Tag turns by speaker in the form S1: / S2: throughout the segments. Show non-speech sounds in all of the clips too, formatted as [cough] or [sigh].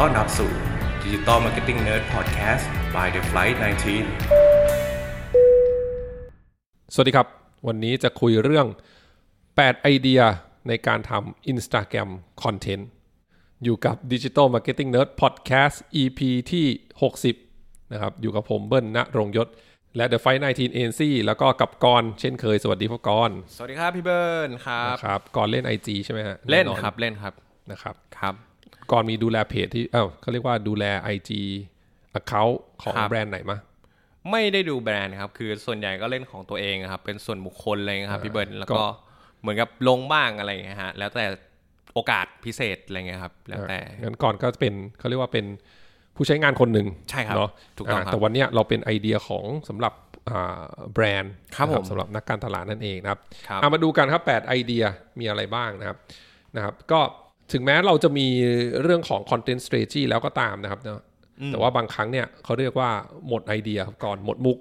S1: ต้อนรับสู่ Digital Marketing Nerd Podcast by The Flight 19
S2: สวัสดีครับ วันนี้จะคุยเรื่อง 8 ไอเดียในการทำ Instagram Content อยู่กับ Digital Marketing Nerd Podcast EP ที่ 60 นะครับ อยู่กับผมเบิ้ลณรงค์ยศ และ The Fight 19 ANC แล้วก็กับกรณ์เช่นเคยสวัสดีพ่อกรณ์
S3: สวัสดีครับพี่เบิร์นครับ
S2: นะครับกรณ์เล่น IG ใช่ไหมฮะ
S3: เล่น
S2: แอ
S3: ครับเล่นครับ
S2: นะครับ
S3: ครับ
S2: กรณ์มีดูแลเพจที่เอ้าเขาเรียกว่าดูแล IG Account ของ
S3: ครับ
S2: แบรนด์ไหนมา
S3: ไม่ได้ดูแบรนด์ครับคือส่วนใหญ่ก็เล่นของตัวเองครับเป็นส่วนบุคคลอะไรเลยครับพี่เบิร์นแล้วก็เหมือนกับลงบ้างอะไรอย่างเงี้ยฮะแล้วแต่โอกาสพิเศษอะไรเงี้ยครับแล้วแต่
S2: อ่ะงั้นกรณ์ก็เป็นเขาเรียกว่าเป็นผู้ใช้งานคนหนึ่ง
S3: ใช่ครับ
S2: เนาะ
S3: ถูกต้อง
S2: า
S3: ครับ
S2: แต่วันเนี้ยเราเป็นไอเดียของสำหรับอ่าแบรนด์
S3: ครับ
S2: นะ
S3: ผม
S2: สำหรับนักการตลาดนั่นเองนะครับ
S3: ครับ
S2: เอามาดูกันครับ8ไอเดียมีอะไรบ้างนะครับนะครับ ก็ถึงแม้เราจะมีเรื่องของ content strategy แล้วก็ตามนะครับเนาะแต่ว่าบางครั้งเนี่ยเขาเรียกว่าหมดไอเดียครับก่อนหมดมุก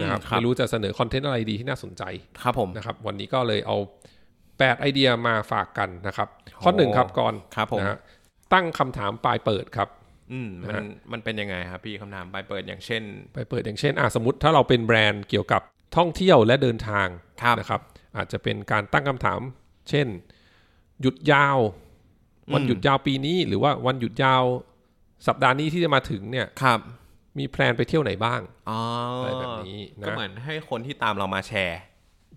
S2: นะครับไม่รู้จะเสนอคอนเทนต์อะไรดีที่น่าสนใจ
S3: ครับผม
S2: นะครับวันนี้ก็เลยเอา 8 ไอเดียมาฝากกันนะครับ ข้อหนึ่งครับก่อน
S3: ครับผม
S2: นะฮะตั้งคำถามปลายเปิดครับ
S3: อืมมันมันเป็นยังไงครับพี่คำถามไปเปิดอย่างเช่น
S2: ปลายเปิดอย่างเช่นอ่ะสมมติถ้าเราเป็นแบรนด์เกี่ยวกับท่องเที่ยวและเดินทาง
S3: ครับ
S2: นะครับ อาจจะเป็นการตั้งคำถาม เช่น หยุดยาว วันหยุดยาวปีนี้ หรือว่าวันหยุดยาวสัปดาห์นี้ที่จะมาถึงเนี่ย
S3: ครับ
S2: มีแพลนไปเที่ยวไหนบ้าง
S3: อ๋ออะไร
S2: แบบนี้นะ
S3: ก็เหมือนให้คนที่ตามเรามาแชร์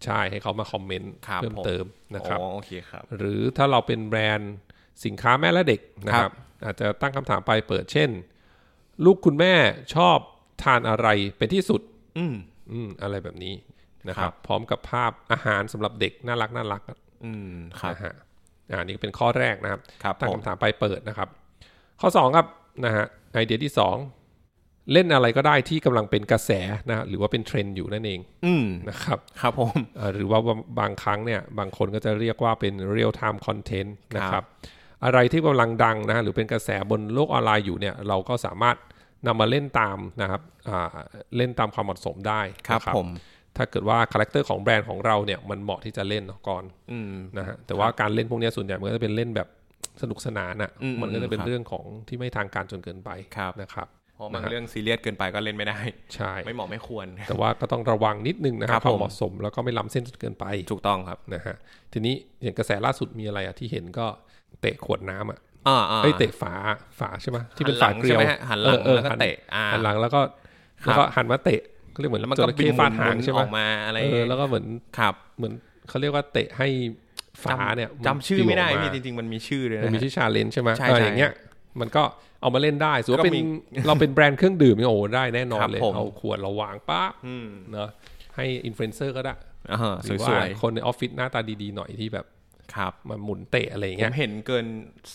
S2: ใช่ให้เขามาคอมเมนต์
S3: ครับ
S2: เพิ่ม
S3: ผม
S2: เติมนะครับ
S3: อ๋อโอเคครับ
S2: หรือถ้าเราเป็นแบรนด์สินค้าแม่และเด็กนะค
S3: ครั
S2: รับ
S3: บ
S2: อาจจะตั้งคำถามไปเปิดเช่น ลูกคุณแม่ชอบทานอะไรเป็นที่สุด
S3: อืม
S2: อืมอะไรแบบนี้นะค
S3: ครั
S2: รับ
S3: บ
S2: พร้อมกับภาพอาหารสำหรับเด็กน่ารักน่ารัก
S3: อืมครับ
S2: นะฮะอ่านี่เป็นข้อแรกนะครับ
S3: ครับ
S2: ตั้ง
S3: ผม
S2: คำถามไปเปิดนะครับ ข้อสองครับนะฮะไอเดียที่สองเล่นอะไรก็ได้ที่กำลังเป็นกระแสนะฮะหรือว่าเป็นเทรนด์อยู่นั่นเอง
S3: อืม
S2: นะครับ
S3: ครับผม
S2: อ่าหรือว่าบางครั้งเนี่ยบางคนก็จะเรียกว่าเป็น real time content นะค
S3: ครั
S2: รับ
S3: บ
S2: อะไรที่กำลังดังนะฮะหรือเป็นกระแสบนโลกออนไลน์อยู่เนี่ยเราก็สามารถนำมาเล่นตามนะครับอ่าเล่นตามความเหมาะสมได้นะครับ
S3: ผม
S2: ถ้าเกิดว่าคาแรคเตอร์ของแบรนด์ของเราเนี่ยมันเหมาะที่จะเล่นเนาะก่อน
S3: อืม
S2: นะฮะแต่ว่าการเล่นพวกเนี้ยส่วนใหญ่มันก็จะเป็นเล่นแบบสนุกสนานอ่ะ
S3: อืม
S2: มันก็จะเป็น
S3: ครับ
S2: เรื่องของที่ไม่ทางการจนเกินไป
S3: ครับ
S2: นะครับ
S3: เพราะบางเรื่องซีเรียสเกินไปก็เล่นไม่ได้
S2: ใช่
S3: ไม่เหมาะไม่ควร
S2: แต่ว่าก็ต้องระวังนิดนึงนะครั
S3: ครับ บ
S2: ความ
S3: ผม
S2: เหมาะสมแล้วก็ไม่ล้ำเส้นจนเกินไป
S3: ถูกต้องครับ
S2: นะฮะทีนี้อย่างกระแสล่าสุดมีอะไรอะที่เห็นก็เตะขวดน้ำอ่ะ
S3: อ่า
S2: ไอ้ย
S3: ๆ
S2: เตะฝาฝาใช่ไหมที่เป็น
S3: หั
S2: ฝาน
S3: หลัง
S2: เกลียว
S3: ใช่ไหมฮะหันหลัง
S2: เออเออ
S3: แล้วก็
S2: หัน
S3: เตะอ่า
S2: หันหลังแล้วก็
S3: ครับ
S2: แล้วก็หันมาเตะก็เรียกเหมือน
S3: แล้วมัน
S2: จ
S3: ก็
S2: ระ
S3: บิ
S2: เข้
S3: น
S2: ฟาดหางใช่ไห
S3: น
S2: ม
S3: ออกมาอะไร
S2: เออแล้วก็เหมือน
S3: ครับ
S2: เหมือนเขาเรียกว่าเตะให้ฝาเนี่ย
S3: จำชื่อไม่ได้
S2: ปลิวกา
S3: พี่จริง ๆ มันมีชื่อเลย
S2: มั
S3: นะ
S2: นมีชื่อชาเลนใช่ไหม
S3: ใช่
S2: เออ
S3: ใช่
S2: อย่างเงี้ยมันก็เอามาเล่นได้สมมติว่าเป็น
S3: ก็มี
S2: เราเป็นแบรนด์เครื่องดื่มเนี่ยโอ้โหได้แน่นอน
S3: ครับ
S2: เลย
S3: ผม
S2: เอาขวดเราวางปั๊บ
S3: อืม
S2: เนาะให้อินฟลูเอนเซอร์ก็ได้
S3: อ่าฮะ
S2: ห
S3: ส
S2: รือว่า
S3: วย
S2: คนในออฟฟิศหน้าตาดีๆหน่อยที่แบบ
S3: ๆครับ
S2: มาหมุนเตะอะไรอย่าง
S3: ผ
S2: เงี้ย
S3: มเห็นเกิน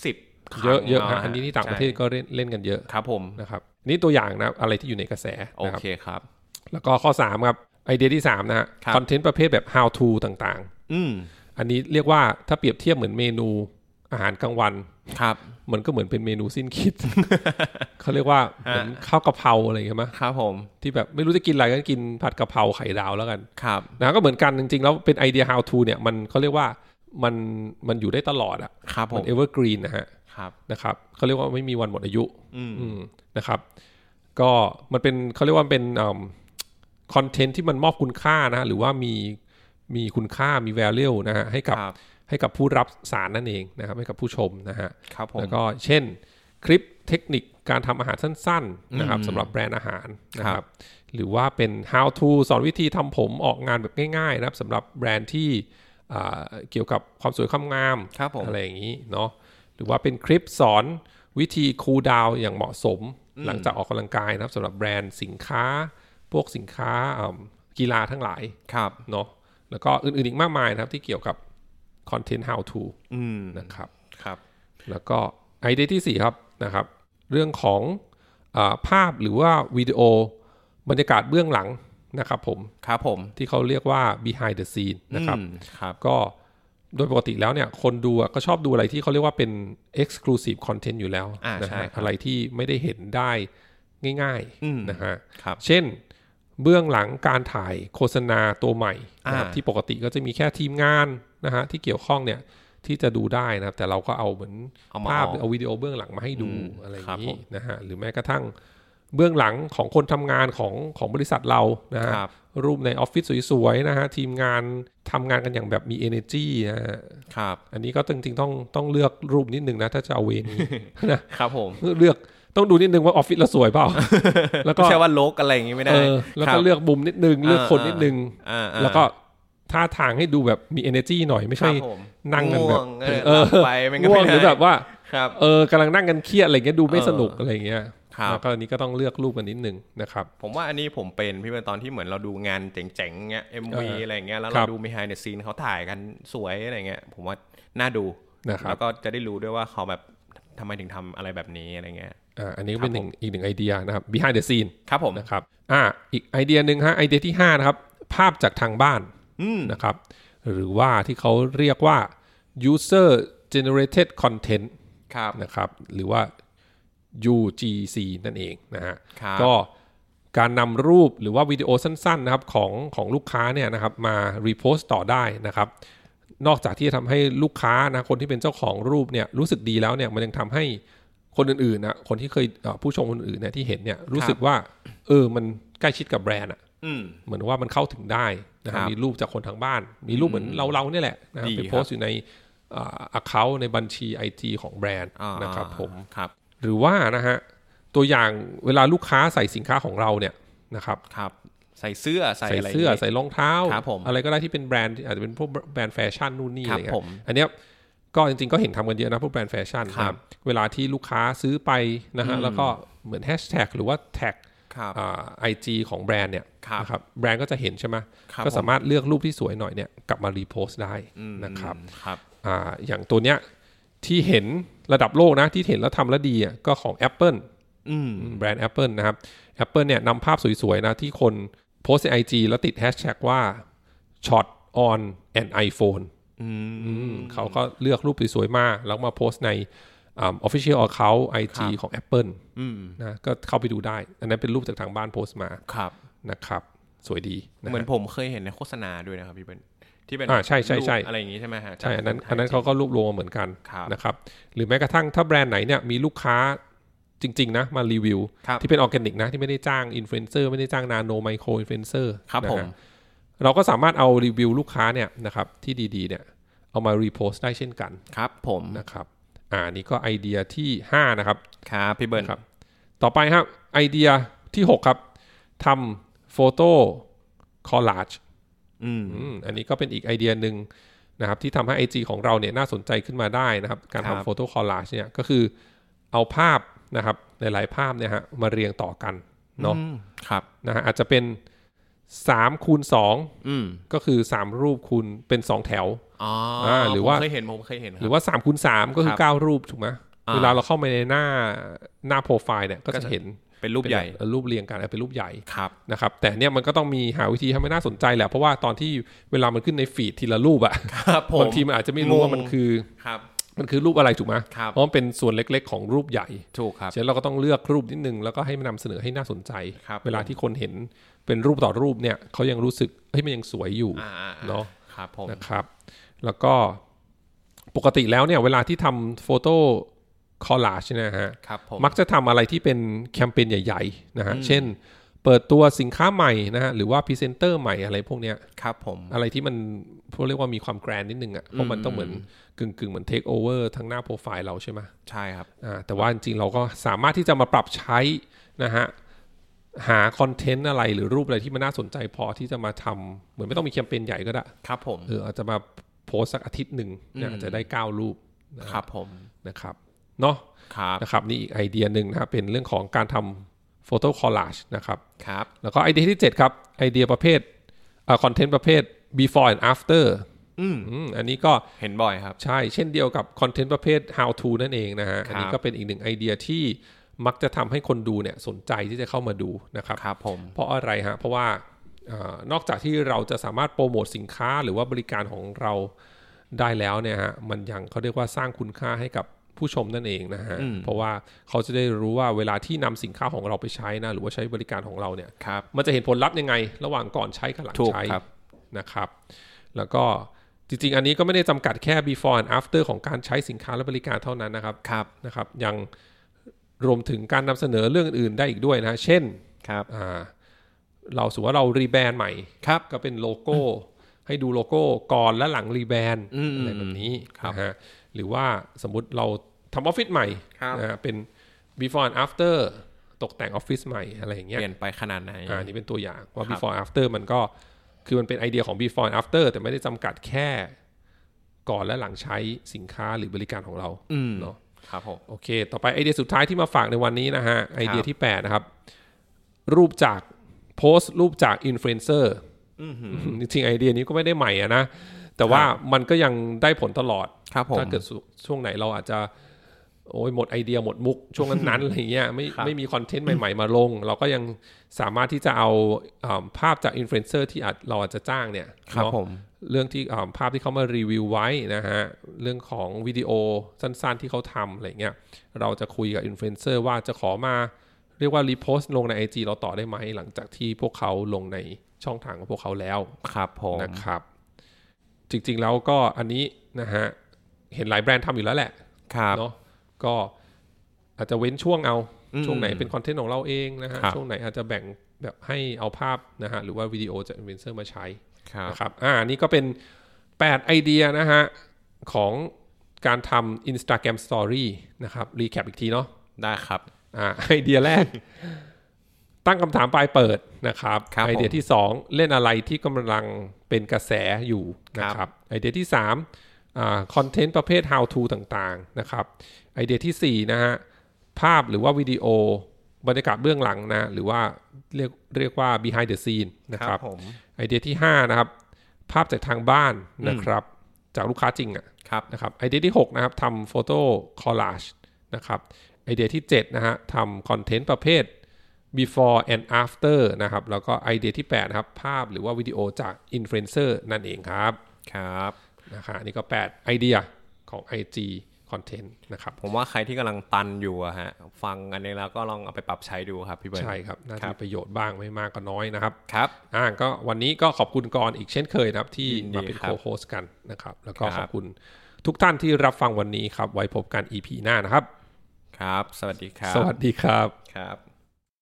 S3: สิบ
S2: เยอะเยอะฮะอันนี้ที่ต่างประเทศก็เล่นเล่นกันเยอะ
S3: ครับผม
S2: นะครับนี่ตัวอย่างนะอะไรที่อยู่ในกระแส
S3: โอ
S2: นะครับ
S3: เคครับ
S2: แล้วก็ข้อ 3 ครับไอเดียที่ 3 นะฮะ
S3: ครับ
S2: คอนเทนต์ประเภทแบบ how to ต่าง
S3: อืม
S2: ๆ อันนี้เรียกว่าถ้าเปรียบเทียบเหมือนเมนูอาหารกลางวัน
S3: ครับ
S2: มันก็เหมือนเป็นเมนูสิ้น [laughs] คิด เขาเรียกว่าเหมือนข้าวกะเพราอะไรอย่างเงี้ยมั้ย
S3: ครับผม
S2: ที่แบบไม่รู้จะกินอะไรก็กินผัดกะเพราไข่ดาวแล้วกัน
S3: ครับ
S2: นะก็เหมือนกันจริงๆ แล้วเป็นไอเดีย how to เนี่ยมันเขาเรียกว่ามันมันอยู่ได้ตลอดอะ
S3: ครับผม
S2: มัน evergreen นะฮะ
S3: ครับ
S2: นะครับเขาเรียกว่าไม่มีวันหมดอายุ
S3: อืม
S2: อืมนะครับ ก็มันเป็นเขาเรียกว่ามันเป็นคอนเทนต์ที่มันมอบคุณค่านะหรือว่ามีมีคุณค่ามี value นะฮะให้กับ
S3: ครับ
S2: ให้กับผู้รับสารนั่นเองนะครับให้กับผู้ชมนะฮะ
S3: ครับผม
S2: แล้วก็เช่นคลิปเทคนิคการทำอาหารสั้นๆนะครับสำหรับแบรนด์อาหารนะค
S3: ครั
S2: รับบ หรือว่าเป็น how to สอนวิธีทำผมออกงานแบบง่ายๆนะครับสำหรับแบรนด์ที่อ่าเกี่ยวกับความสวยความงาม
S3: ครับผม
S2: อะไรอย่างนี้เนาะหรือว่าเป็นคลิปสอนวิธีคูลดาวน์อย่างเหมาะสม หลังจากออกกำลังกายนะครับสำหรับแบรนด์สินค้า พวกสินค้าอืมกีฬาทั้งหลาย
S3: ครับ
S2: เนาะแล้วก็อื่นๆอีกมากมายนะครับที่เกี่ยวกับคอนเทนต์ how to
S3: อืม
S2: นะครับ
S3: ครับ
S2: แล้วก็ไอเดียที่ 4 ครับนะครับ เรื่องของอาภาพหรือว่าวิดีโอบรรยากาศเบื้องหลังนะครับผม
S3: ครับผม
S2: ที่เขาเรียกว่า behind the scene นะครับ
S3: อืมครับ
S2: ก็โดยปกติแล้วเนี่ยคนดูอะก็ชอบดูอะไรที่เขาเรียกว่าเป็น exclusive content อยู่แล้ว
S3: อ่า
S2: นะ
S3: ใช่
S2: ฮะ
S3: ครับ
S2: อะไรที่ไม่ได้เห็นได้ง่าย
S3: อืม
S2: ๆนะฮะ
S3: ครับ
S2: เช่นเบื้องหลังการถ่ายโฆษณาตัวใหม่นะครับ
S3: อ่า
S2: ที่ปกติก็จะมีแค่ทีมงานนะฮะที่เกี่ยวข้องเนี่ย ที่จะดูได้นะครับ แต่เราก็เอาเหมือน
S3: เอามา
S2: ภาพ
S3: อ
S2: ห
S3: อก
S2: รือเอาวิดีโอเบื้องหลังมาให้ดู
S3: อืม
S2: อะไรอย่าง
S3: ครับผ
S2: นี้
S3: ม
S2: นะฮะหรือแม้กระทั่งเบื้องหลังของคนทำงานของของบริษัทเรานะฮะ
S3: ครับ
S2: รูปในออฟฟิศสวยๆนะฮะ ทีมงานทำงานกันอย่างแบบมี energy นะฮะ
S3: ครับ
S2: อันนี้ก็จริงๆต้องต้องเลือกรูปนิดนึงนะ ถ้าจะเอาเวนี้ [laughs] นะครับ
S3: ผม
S2: เลือกต้องดูนิดนึงว่าออฟฟิศเราสวย
S3: [laughs]
S2: เปล่า แล้วก็
S3: ไม่ใช่ว่าลกอะไรอย่างงี้ไม่ได้
S2: เออแล้ว
S3: ค
S2: ก็
S3: รับ
S2: เลือกมุมนิดนึง เลือกคนนิดนึง
S3: อ่าอ่า
S2: แล้วก็ท่าทางให้ดูแบบมี energy หน่อยไม่
S3: ครั
S2: ใช่
S3: บผม
S2: นั่งกันแบบ
S3: ง่วเออหลับไปมันก็
S2: ง่วง
S3: ไม่
S2: หรือ
S3: ได้
S2: แบบว่า
S3: ครับ
S2: เออกำลังนั่งกันเครียดอะไรเงี้ยดูไม่
S3: เออ
S2: สนุกอะไรเงี้ย
S3: ครับ
S2: แล้วก็อันนี้ก็ต้องเลือกรูปกันนิดนึงนะครับ
S3: ผมว่าอันนี้ผมเป็นพี่เป็นตอนที่เหมือนเราดูงานเจ๋งๆเงี้ยเอ็มวี
S2: เอออ
S3: อะไรเงี้ยแล้ว
S2: ค
S3: เรา
S2: รับ
S3: ดูมีไฮเดซีนเขาถ่ายกันสวยอะไรเงี้ยผมว่าน่าดู
S2: นะครับ
S3: แล้วก็จะได้รู้ด้วยว่าเขาแบบทำไมถึงทำอะไรแบบนี้อะไรเงี้ย
S2: อ่าอันนี้ก็เป็นหนึ่ง
S3: ครับผม
S2: อีกหนึ่งไอเดียนะครับ behind the scene
S3: ครับผม
S2: นะครับ อ่า อีกไอเดียหนึ่งฮะ ไอเดียที่ 5 นะครับ ภาพจากทางบ้าน
S3: อืม
S2: นะครับ หรือว่าที่เขาเรียกว่า user generated content
S3: ครับ
S2: นะครับ หรือว่า UGC นั่นเองนะฮะ
S3: ครับ
S2: ก็การนำรูปหรือว่าวิดีโอสั้นๆนะครับของของลูกค้าเนี่ยนะครับมา repost ต่อได้นะครับ นอกจากที่จะทำให้ลูกค้านะคนที่เป็นเจ้าของรูปเนี่ยรู้สึกดีแล้วเนี่ยมันยังทำให้คนอื่นๆนะคนที่เคยเอ่อผู้ชมคนอื่นเนี่ยที่เห็นเนี่ยรู้สึกว่าเออมันใกล้ชิดกับแบรนด์อะ
S3: อืม
S2: เหมือนว่ามันเข้าถึงได้นะครับ
S3: ครับ
S2: มีรูปจากคนทางบ้าน มีรูปเหมือนเราเราๆเนี่ยแหละนะครับ
S3: ดี
S2: ไป
S3: ครับ
S2: โพสต์อยู่ในอะเคาในบัญชี IT ของแบรนด์
S3: อ่า
S2: นะครับผม
S3: ครับ
S2: หรือว่านะฮะตัวอย่างเวลาลูกค้าใส่สินค้าของเราเนี่ยนะครับ
S3: ครับ ใส่เสื้อใส่
S2: ใส่
S3: อะไร
S2: เสื้อ
S3: นี่
S2: ใส่รองเท้า
S3: ครับผม
S2: อะไรก็ได้ที่เป็นแบรนด์อาจจะเป็นพวกแบรนด์แฟชั่นนู่นนี่
S3: ค
S2: อะ
S3: รับ
S2: ไรเงี้
S3: ผม
S2: ยอันเนี้ยก็จริงๆก็เห็นทำกันเยอะนะพวกแบรนด์แฟชั่นนะครับ เวลาที่ลูกค้าซื้อไปนะฮะแล้วก็เหมือนแฮชแท็กหรือว่าแท็ก
S3: ครับ
S2: ไอจีของแบรนด์เนี่ย
S3: ครับ
S2: นะครับแบรนด์ก็จะเห็นใช่ไหม
S3: ครับ
S2: ก็
S3: ผม
S2: สามารถเลือกรูปที่สวยหน่อยเนี่ยกลับมารีโพสต์ได้
S3: อืม
S2: นะครับ
S3: ครับ
S2: อ่าอย่างตัวเนี้ยที่เห็นระดับโลกนะที่เห็นแล้วทำแล้วดีอ่ะก็ของ Apple
S3: อืม
S2: แบรนด์ Apple นะครับ Apple เนี่ยนำภาพสวยๆนะที่คนโพสต์ใน IG แล้วติดแฮชแท็กว่า shot on an iPhone
S3: อืม
S2: อืมเขาก็เลือกรูปสวยๆมา แล้วมาโพสต์ในอ f f i c i a l account IG
S3: ครับ
S2: ของ Apple
S3: อืม
S2: นะก็เข้าไปดูได้ อันนั้นเป็นรูปจากทางบ้านโพสต์มา
S3: ครับ
S2: นะครับ สวยดีนะ
S3: เหมือน
S2: ฮะ
S3: ผมเคยเห็นในโฆษณาด้วยนะครับพี่เบิร์นที่เป็น
S2: อ่าใช่ใช่ใช่
S3: รูปอะไรอย่างงี้ใช่ไหมฮะ
S2: ใช่อันนั้นอันนั้นเขาก็รวบรวมมาเหมือนกัน
S3: ครับ
S2: นะครับ หรือแม้กระทั่งถ้าแบรนด์ไหนเนี่ยมีลูกค้าจริง ๆ นะ มารีวิว
S3: ครับ
S2: ที่เป็นออร์แกนิกนะ ที่ไม่ได้จ้างอินฟลูเอนเซอร์ไม่ได้จ้างนาโนไมโครอินฟลูเอนเซอร์
S3: ครับผม
S2: เราก็สามารถเอารีวิวลูกค้าเนี่ยนะครับที่ดีๆเนี่ยเอามารีโพสต์ได้เช่นกัน
S3: ครับผม
S2: นะครับอ่านี่ก็ไอเดียที่ 5 นะครับ
S3: ครับพี่เบิร์น
S2: ครับ ต่อไปครับไอเดียที่ 6 ครับทำโฟโต้คอลลาจ
S3: อืม
S2: อืมอันนี้ก็เป็นอีกไอเดียหนึ่งนะครับที่ทำให้ IG ของเราเนี่ยน่าสนใจขึ้นมาได้นะครับ การ
S3: ครับ
S2: ทำโฟโต้คอลลาจเนี่ยก็คือเอาภาพนะครับหลายๆภาพเนี่ยฮะมาเรียงต่อกันเนาะ
S3: อืมครับ
S2: นะฮะอาจจะเป็น3คูณ
S3: อืม
S2: 2ก็คือ 3 รูปคูณเป็น 2 แถว
S3: อ๋อ
S2: อ่าหรือว่า
S3: ผมเคยเห็นผมเคยเห็นค
S2: หรื
S3: รับ
S2: อว่า3คูณ3ก็คื
S3: ค
S2: อ
S3: รับ
S2: 9 รูปถูกไหม
S3: อ่า
S2: เวลาเราเข้าไปในหน้าหน้าโปรไฟล์เนี่ยก็จะเห็น
S3: เป็นรูปใหญ่
S2: เนรูปเรียงกันเออเป็นรูปใหญ่
S3: ครับ
S2: นะครับแต่เนี่ยมันก็ต้องมีหาวิธีให้มันน่าสนใจแหละ เพราะว่าตอนที่เวลามันขึ้นในฟีดทีละรูปอะ
S3: ครับผม
S2: บางทีมันอาจจะไม่รู้
S3: งง
S2: ว่ามันคือ
S3: ครับ
S2: มันคือรูปอะไรถูกไหม
S3: ครับ
S2: เพราะมันเป็นส่วนเล็กๆ ของรูปใหญ่
S3: ถูกครับ
S2: ฉะนั้นเราก็ต้องเลือกรูปนิดนึงแล้วก็ให้มันนำเสนอให้น่าสนใจ
S3: ครับ
S2: เวลาที่คนเห็นเป็นรูปต่อรูปเนี่ยเขายังรู้สึกเฮ้ยมันยังสวยอยู่
S3: อ่าอ่
S2: เนาะ
S3: ครับผม
S2: นะครับ แล้วก็ปกติแล้วเนี่ยเวลาที่ทำโฟโต้คอลลาจเนี่ยนะฮะ
S3: ครับผม
S2: มักจะทำอะไรที่เป็นแคมเปญใหญ่ๆนะฮะ เช่น เปิดตัวสินค้าใหม่นะฮะ หรือว่าพรีเซนเตอร์ใหม่อะไรพวกเนี้ย
S3: ครับผม
S2: อะไรที่มันพวกเรียกว่ามีความแกรนนิดนึงอะ่ะ เพราะมันต้องเหมือนกึ่งๆ เหมือนเทคโอเวอร์ทางหน้าโปรไฟล์เราใช่ไหม
S3: ใช่ครับ
S2: อ่าแต่ว่าจริงๆ เราก็สามารถที่จะมาปรับใช้นะฮะ หาคอนเทนต์อะไรหรือรูปอะไรที่มันน่าสนใจพอที่จะมาทำเหมือนไม่ต้องมีแคมเปญใหญ่ก็ได้
S3: ครับผม
S2: เอออาจจะมาโพสต์สักอาทิตย์หนึ่งเนี่ยอาจจะได้ 9 รูปนะครับ
S3: ผม
S2: นะครับเนาะ
S3: ครับ
S2: นะครับนี่อีกไอเดียหนึ่งนะครับเป็นเรื่องของการทำโฟโต้คอลลาจนะครับ
S3: ครับ
S2: แล้วก็ไอเดียที่ 7 ครับ ไอเดียประเภทคอนเทนต์ประเภท before and after
S3: อืม
S2: อืมอันนี้ก็
S3: เห็นบ่อยครับ
S2: ใช่เช่นเดียวกับคอนเทนต์ประเภท how to นั่นเองนะฮะ
S3: ครับ
S2: อันี้ก็เป็นอีกหนึ่งไอเดียที่มักจะทำให้คนดูเนี่ยสนใจที่จะเข้ามาดูนะครับ
S3: ครับผม
S2: เพราะอะไรฮะเพราะว่าเอ่อนอกจากที่เราจะสามารถโปรโมทสินค้าหรือว่าบริการของเราได้แล้วเนี่ยฮะมันยังเขาเรียกว่าสร้างคุณค่าให้กับผู้ชมนั่นเองนะฮะเพราะว่าเขาจะได้รู้ว่าเวลาที่นำสินค้าของเราไปใช้นะหรือว่าใช้บริการของเราเนี่ย
S3: ครับ
S2: มันจะเห็นผลลัพธ์ยังไง ระหว่างก่อนใช้กับหลัง
S3: ถูก
S2: ใช้
S3: ครับ
S2: นะครับ แล้วก็ จริง ๆ อันนี้ก็ไม่ได้จำกัดแค่ before and after ของการใช้สินค้าและบริการเท่านั้นนะครับ
S3: ครับ
S2: นะครับยังรวมถึงการนำเสนอเรื่องอื่นๆได้อีกด้วยนะ เช่น
S3: ครับ
S2: อ่าเราสมมติว่าเรารีแบรนด์ใหม่
S3: ครับ
S2: ก็เป็นโลโก้ให้ดูโลโก้ก่อนและหลังรีแบรนด์
S3: อืม
S2: อะไรแบบนี้
S3: ครับ
S2: นะฮะหรือว่าสมมติเราทำออฟฟิศใหม่
S3: ครับ
S2: นะฮะเป็น before and after ตกแต่งออฟฟิศใหม่อะไรอย่างเงี้ย
S3: เปลี่ยนไปขนาดไหน
S2: อ่าอันนี้เป็นตัวอย่างว่า
S3: ครับ
S2: before after มันก็คือมันเป็นไอเดียของ before and after แต่ไม่ได้จำกัดแค่ก่อนและหลังใช้สินค้าหรือบริการของเรา
S3: อืม
S2: เนาะ
S3: ครับผม
S2: โอเค ต่อไปไอเดียสุดท้ายที่มาฝากในวันนี้นะฮะ ไอเดีย
S3: ครับ
S2: ที่ 8 นะครับ รูปจากโพสต์ รูปจากอินฟลูเอนเซอร์จริงๆไอเดียนี้ก็ไม่ได้ใหม่อะนะ แต่ว่ามันก็ยังได้ผลตลอด
S3: ครับผม
S2: ถ้าเกิดสุช่วงไหนเราอาจจะ โอ้ยหมดไอเดียหมดมุก ช่วง
S3: [laughs]
S2: นั้นๆ อะไรเงี้ยไม่
S3: ครับ
S2: ไม่มีคอนเทนต์ [coughs] ใหม่ ๆ มาลง เราก็ยังสามารถที่จะเอาอ่าภาพจากอินฟลูเอนเซอร์ที่อาจเราอาจจะจ้างเนี่ย
S3: ครับ
S2: เนาะ
S3: ผม
S2: เรื่องที่อ่าภาพที่เขามารีวิวไว้นะฮะ เรื่องของวิดีโอสั้นๆที่เขาทำอะไรเงี้ยเราจะคุยกับอินฟลูเอนเซอร์ว่าจะขอมา เรียกว่ารีโพสต์ลงใน IG เราต่อได้ไหมหลังจากที่พวกเขาลงในช่องทางของพวกเขาแล้ว
S3: ครับผม
S2: นะครับ จริงๆแล้วก็อันนี้นะฮะ เห็นหลายแบรนด์ทำอยู่แล้วแหละ
S3: ครับ
S2: เนาะก็อาจจะเว้นช่วงเอา
S3: อืม
S2: ช่วงไหนเป็นคอนเทนต์ของเราเองนะฮะ
S3: ครับ
S2: ช่วงไหนอาจจะแบ่งแบบให้เอาภาพนะฮะ หรือว่าวิดีโอจากอินเวนเซอร์มาใช้
S3: ครับ
S2: นะครับอ่าอันนี่ก็เป็น 8 ไอเดียนะฮะ ของการทำ Instagram Story นะครับ รีแคปอีกทีเนาะ
S3: ได้ครับ
S2: อ่า [laughs] ไอเดียแรก ตั้งคำถามปลายเปิดนะครับ
S3: ครับผม
S2: ไอเดียที่สองเล่นอะไรที่กำลังเป็นกระแสอยู่นะค
S3: ครั
S2: รับบ ไอเดียที่สามอ่าคอนเทนต์ประเภท how to ต่างๆนะครับไอเดียที่สี่นะฮะภาพหรือว่าวิดีโอบรรยากาศเบื้องหลังนะหรือว่าเรียกเรียกว่า behind the scene นะครับ
S3: ผม
S2: ไอเดียที่ห้านะครับภาพจากทางบ้านนะครับจากลูกค้าจริงอ่ะ
S3: ครับ
S2: นะครับไอเดียที่ 6 นะครับทำโฟโต้คอลลาจนะครับไอเดียที่ 7 นะฮะทำคอนเทนต์ประเภท before and after นะครับ แล้วก็ไอเดียที่ 8 นะครับ ภาพหรือว่าวิดีโอจากอินฟลูเอนเซอร์นั่นเองครับ
S3: ครับ
S2: นะฮะนี่ก็ 8 ไอเดียของ IG Content นะครับ
S3: ผมว่าใครที่กำลังตันอยู่อะฮะ ฟังอันนี้แล้วก็ลองเอาไปปรับใช้ดูครับพี่เบิร์ด
S2: ใช่ครับ น่าจะ
S3: ครับ
S2: มีประโยชน์บ้างไม่มากก็น้อยนะครับ
S3: ครับ
S2: อ่าก็วันนี้ก็ขอบคุณกรณ์อีกเช่นเคยนะครับ ที่
S3: ยินดี
S2: มาเป็น
S3: ครั
S2: โค
S3: บ
S2: โฮสกันนะครับ แล้วก็
S3: ครับ
S2: ขอบคุณทุกท่านที่รับฟังวันนี้ครับไว้พบกัน EP หน้านะครับ
S3: ครับ สวัสดีครับ
S2: สวัสดีครับ
S3: ครับ